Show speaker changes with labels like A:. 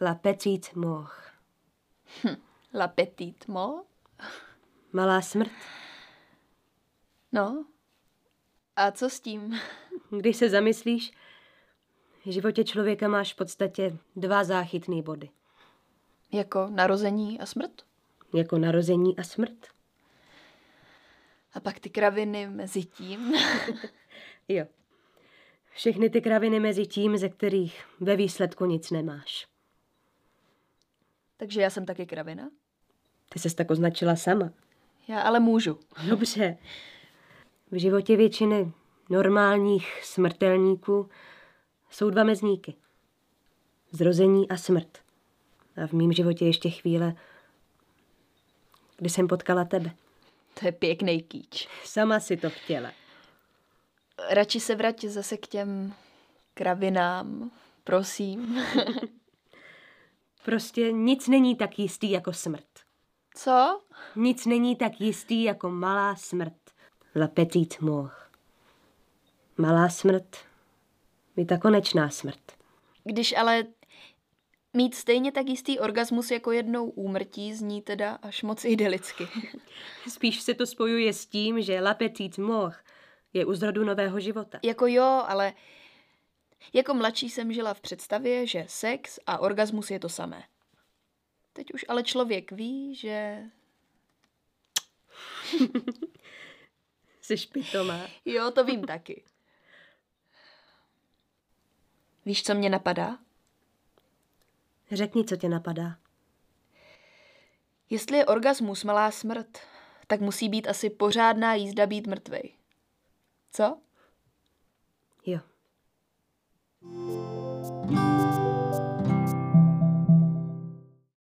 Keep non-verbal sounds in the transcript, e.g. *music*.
A: La petite mort.
B: La petite mort?
A: Malá smrt.
B: No. A co s tím? *laughs*
A: Když se zamyslíš, v životě člověka máš v podstatě dva záchytné body.
B: Jako narození a smrt?
A: Jako narození a smrt.
B: A pak ty kraviny mezi tím. *laughs*
A: Jo. Všechny ty kraviny mezi tím, ze kterých ve výsledku nic nemáš.
B: Takže já jsem taky kravina?
A: Ty ses tak označila sama.
B: Já ale můžu.
A: *laughs* Dobře. V životě většiny normálních smrtelníků jsou dva mezníky. Zrození a smrt. A v mém životě ještě chvíle, kdy jsem potkala tebe.
B: To je pěkný kýč.
A: Sama si to chtěla.
B: Radši se vrať zase k těm kravinám, prosím. *laughs*
A: Prostě nic není tak jistý jako smrt.
B: Co?
A: Nic není tak jistý jako malá smrt. La petite mort. Malá smrt je ta konečná smrt.
B: Když ale mít stejně tak jistý orgasmus jako jednou úmrtí zní teda až moc *laughs* idylicky.
A: Spíš se to spojuje s tím, že la petite mort je u zrodu nového života.
B: jako jo, ale jako mladší jsem žila v představě, že sex a orgasmus je to samé. Teď už ale člověk ví, že...
A: Jsi špitomá.
B: Jo, to vím taky. Víš, co mě napadá?
A: Řekni, co tě napadá.
B: Jestli je orgasmus malá smrt, tak musí být asi pořádná jízda být mrtvej. Co?
A: Jo.